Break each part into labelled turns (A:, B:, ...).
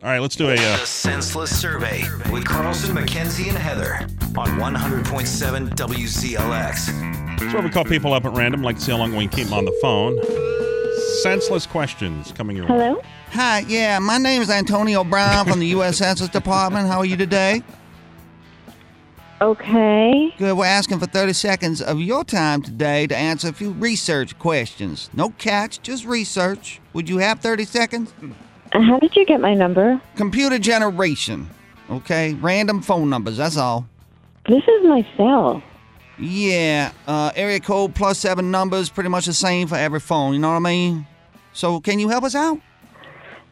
A: All right, let's do a. Uh,
B: The Senseless Survey with Carlson, McKenzie, and Heather on 100.7 WZLX.
A: it's where we call people up at random, like to see how long we can keep them on the phone. Senseless questions coming your way.
C: Hello?
D: Hi, yeah, my name is Antonio Brown from the U.S. Census Department. How are you today?
C: Okay.
D: Good. We're asking for 30 seconds of your time today to answer a few research questions. No catch, just research. Would you have 30 seconds?
C: Uh, How did you get my number?
D: Computer generation. Okay, random phone numbers, that's all.
C: This is my cell.
D: Yeah, uh, area code plus seven numbers, pretty much the same for every phone, you know what I mean? So, can you help us out?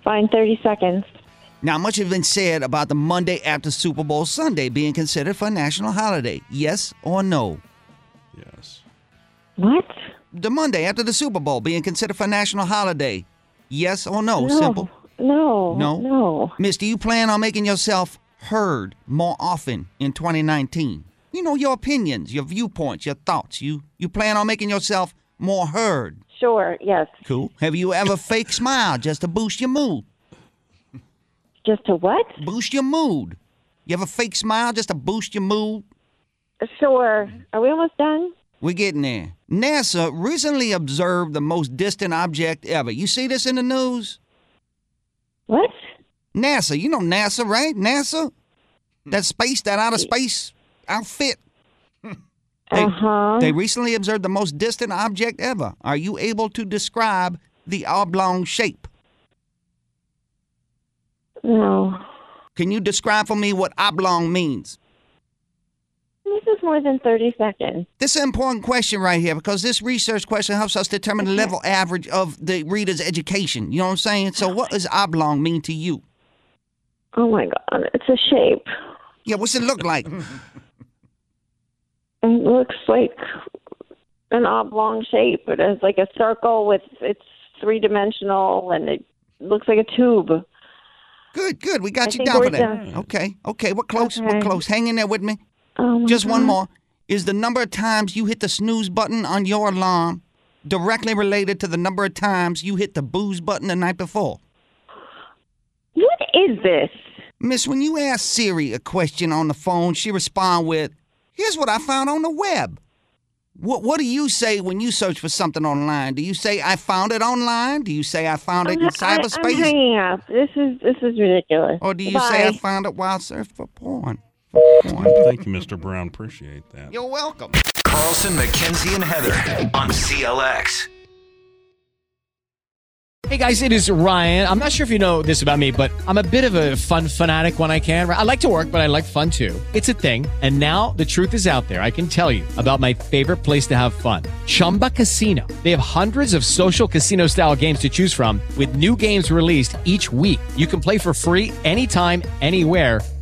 C: Fine, 30 seconds.
D: Now, much has been said about the Monday after Super Bowl Sunday being considered for a national holiday. Yes or no?
A: Yes.
C: What?
D: The Monday after the Super Bowl being considered for a national holiday. Yes or no?
C: no.
D: Simple.
C: No.
D: No?
C: No.
D: Miss, do you plan on making yourself heard more often in 2019? You know, your opinions, your viewpoints, your thoughts. You you plan on making yourself more heard.
C: Sure, yes.
D: Cool. Have you ever fake smiled just to boost your mood?
C: Just to what?
D: Boost your mood. You ever fake smile just to boost your mood?
C: Sure. Are we almost done?
D: We're getting there. NASA recently observed the most distant object ever. You see this in the news?
C: What?
D: NASA, you know NASA, right? NASA? That space, that outer space outfit. They,
C: Uh-huh.
D: they recently observed the most distant object ever. Are you able to describe the oblong shape?
C: No.
D: Can you describe for me what oblong means?
C: This is more than 30 seconds.
D: This is an important question right here because this research question helps us determine the level average of the reader's education. You know what I'm saying? So, what does oblong mean to you?
C: Oh my god, it's a shape.
D: Yeah, what's it look like?
C: It looks like an oblong shape. It has like a circle with it's three dimensional and it looks like a tube.
D: Good, good. We
C: I
D: got you
C: think
D: down for
C: we're
D: that.
C: done.
D: Okay, okay. We're close. We're
C: Okay.
D: close. Hang in there with me.
C: Oh my
D: Just one
C: God.
D: more. Is the number of times you hit the snooze button on your alarm directly related to the number of times you hit the booze button the night before?
C: What is this?
D: Miss, when you ask Siri a question on the phone, she respond with, "Here's what I found on the web." What What do you say when you search for something online? Do you say I found it online? Do you say I found it in
C: I'm- I- I'm
D: cyberspace?
C: hanging up. This is this is ridiculous.
D: or do you
C: Bye.
D: say I found it while surfing for porn? For porn.
A: Thank you, Mr. Brown. Appreciate that.
D: You're welcome.
B: Carlson, McKenzie, and Heather on CLX.
E: Hey guys, it is Ryan. I'm not sure if you know this about me, but I'm a bit of a fun fanatic when I can. I like to work, but I like fun too. It's a thing. And now the truth is out there. I can tell you about my favorite place to have fun Chumba Casino. They have hundreds of social casino style games to choose from, with new games released each week. You can play for free anytime, anywhere.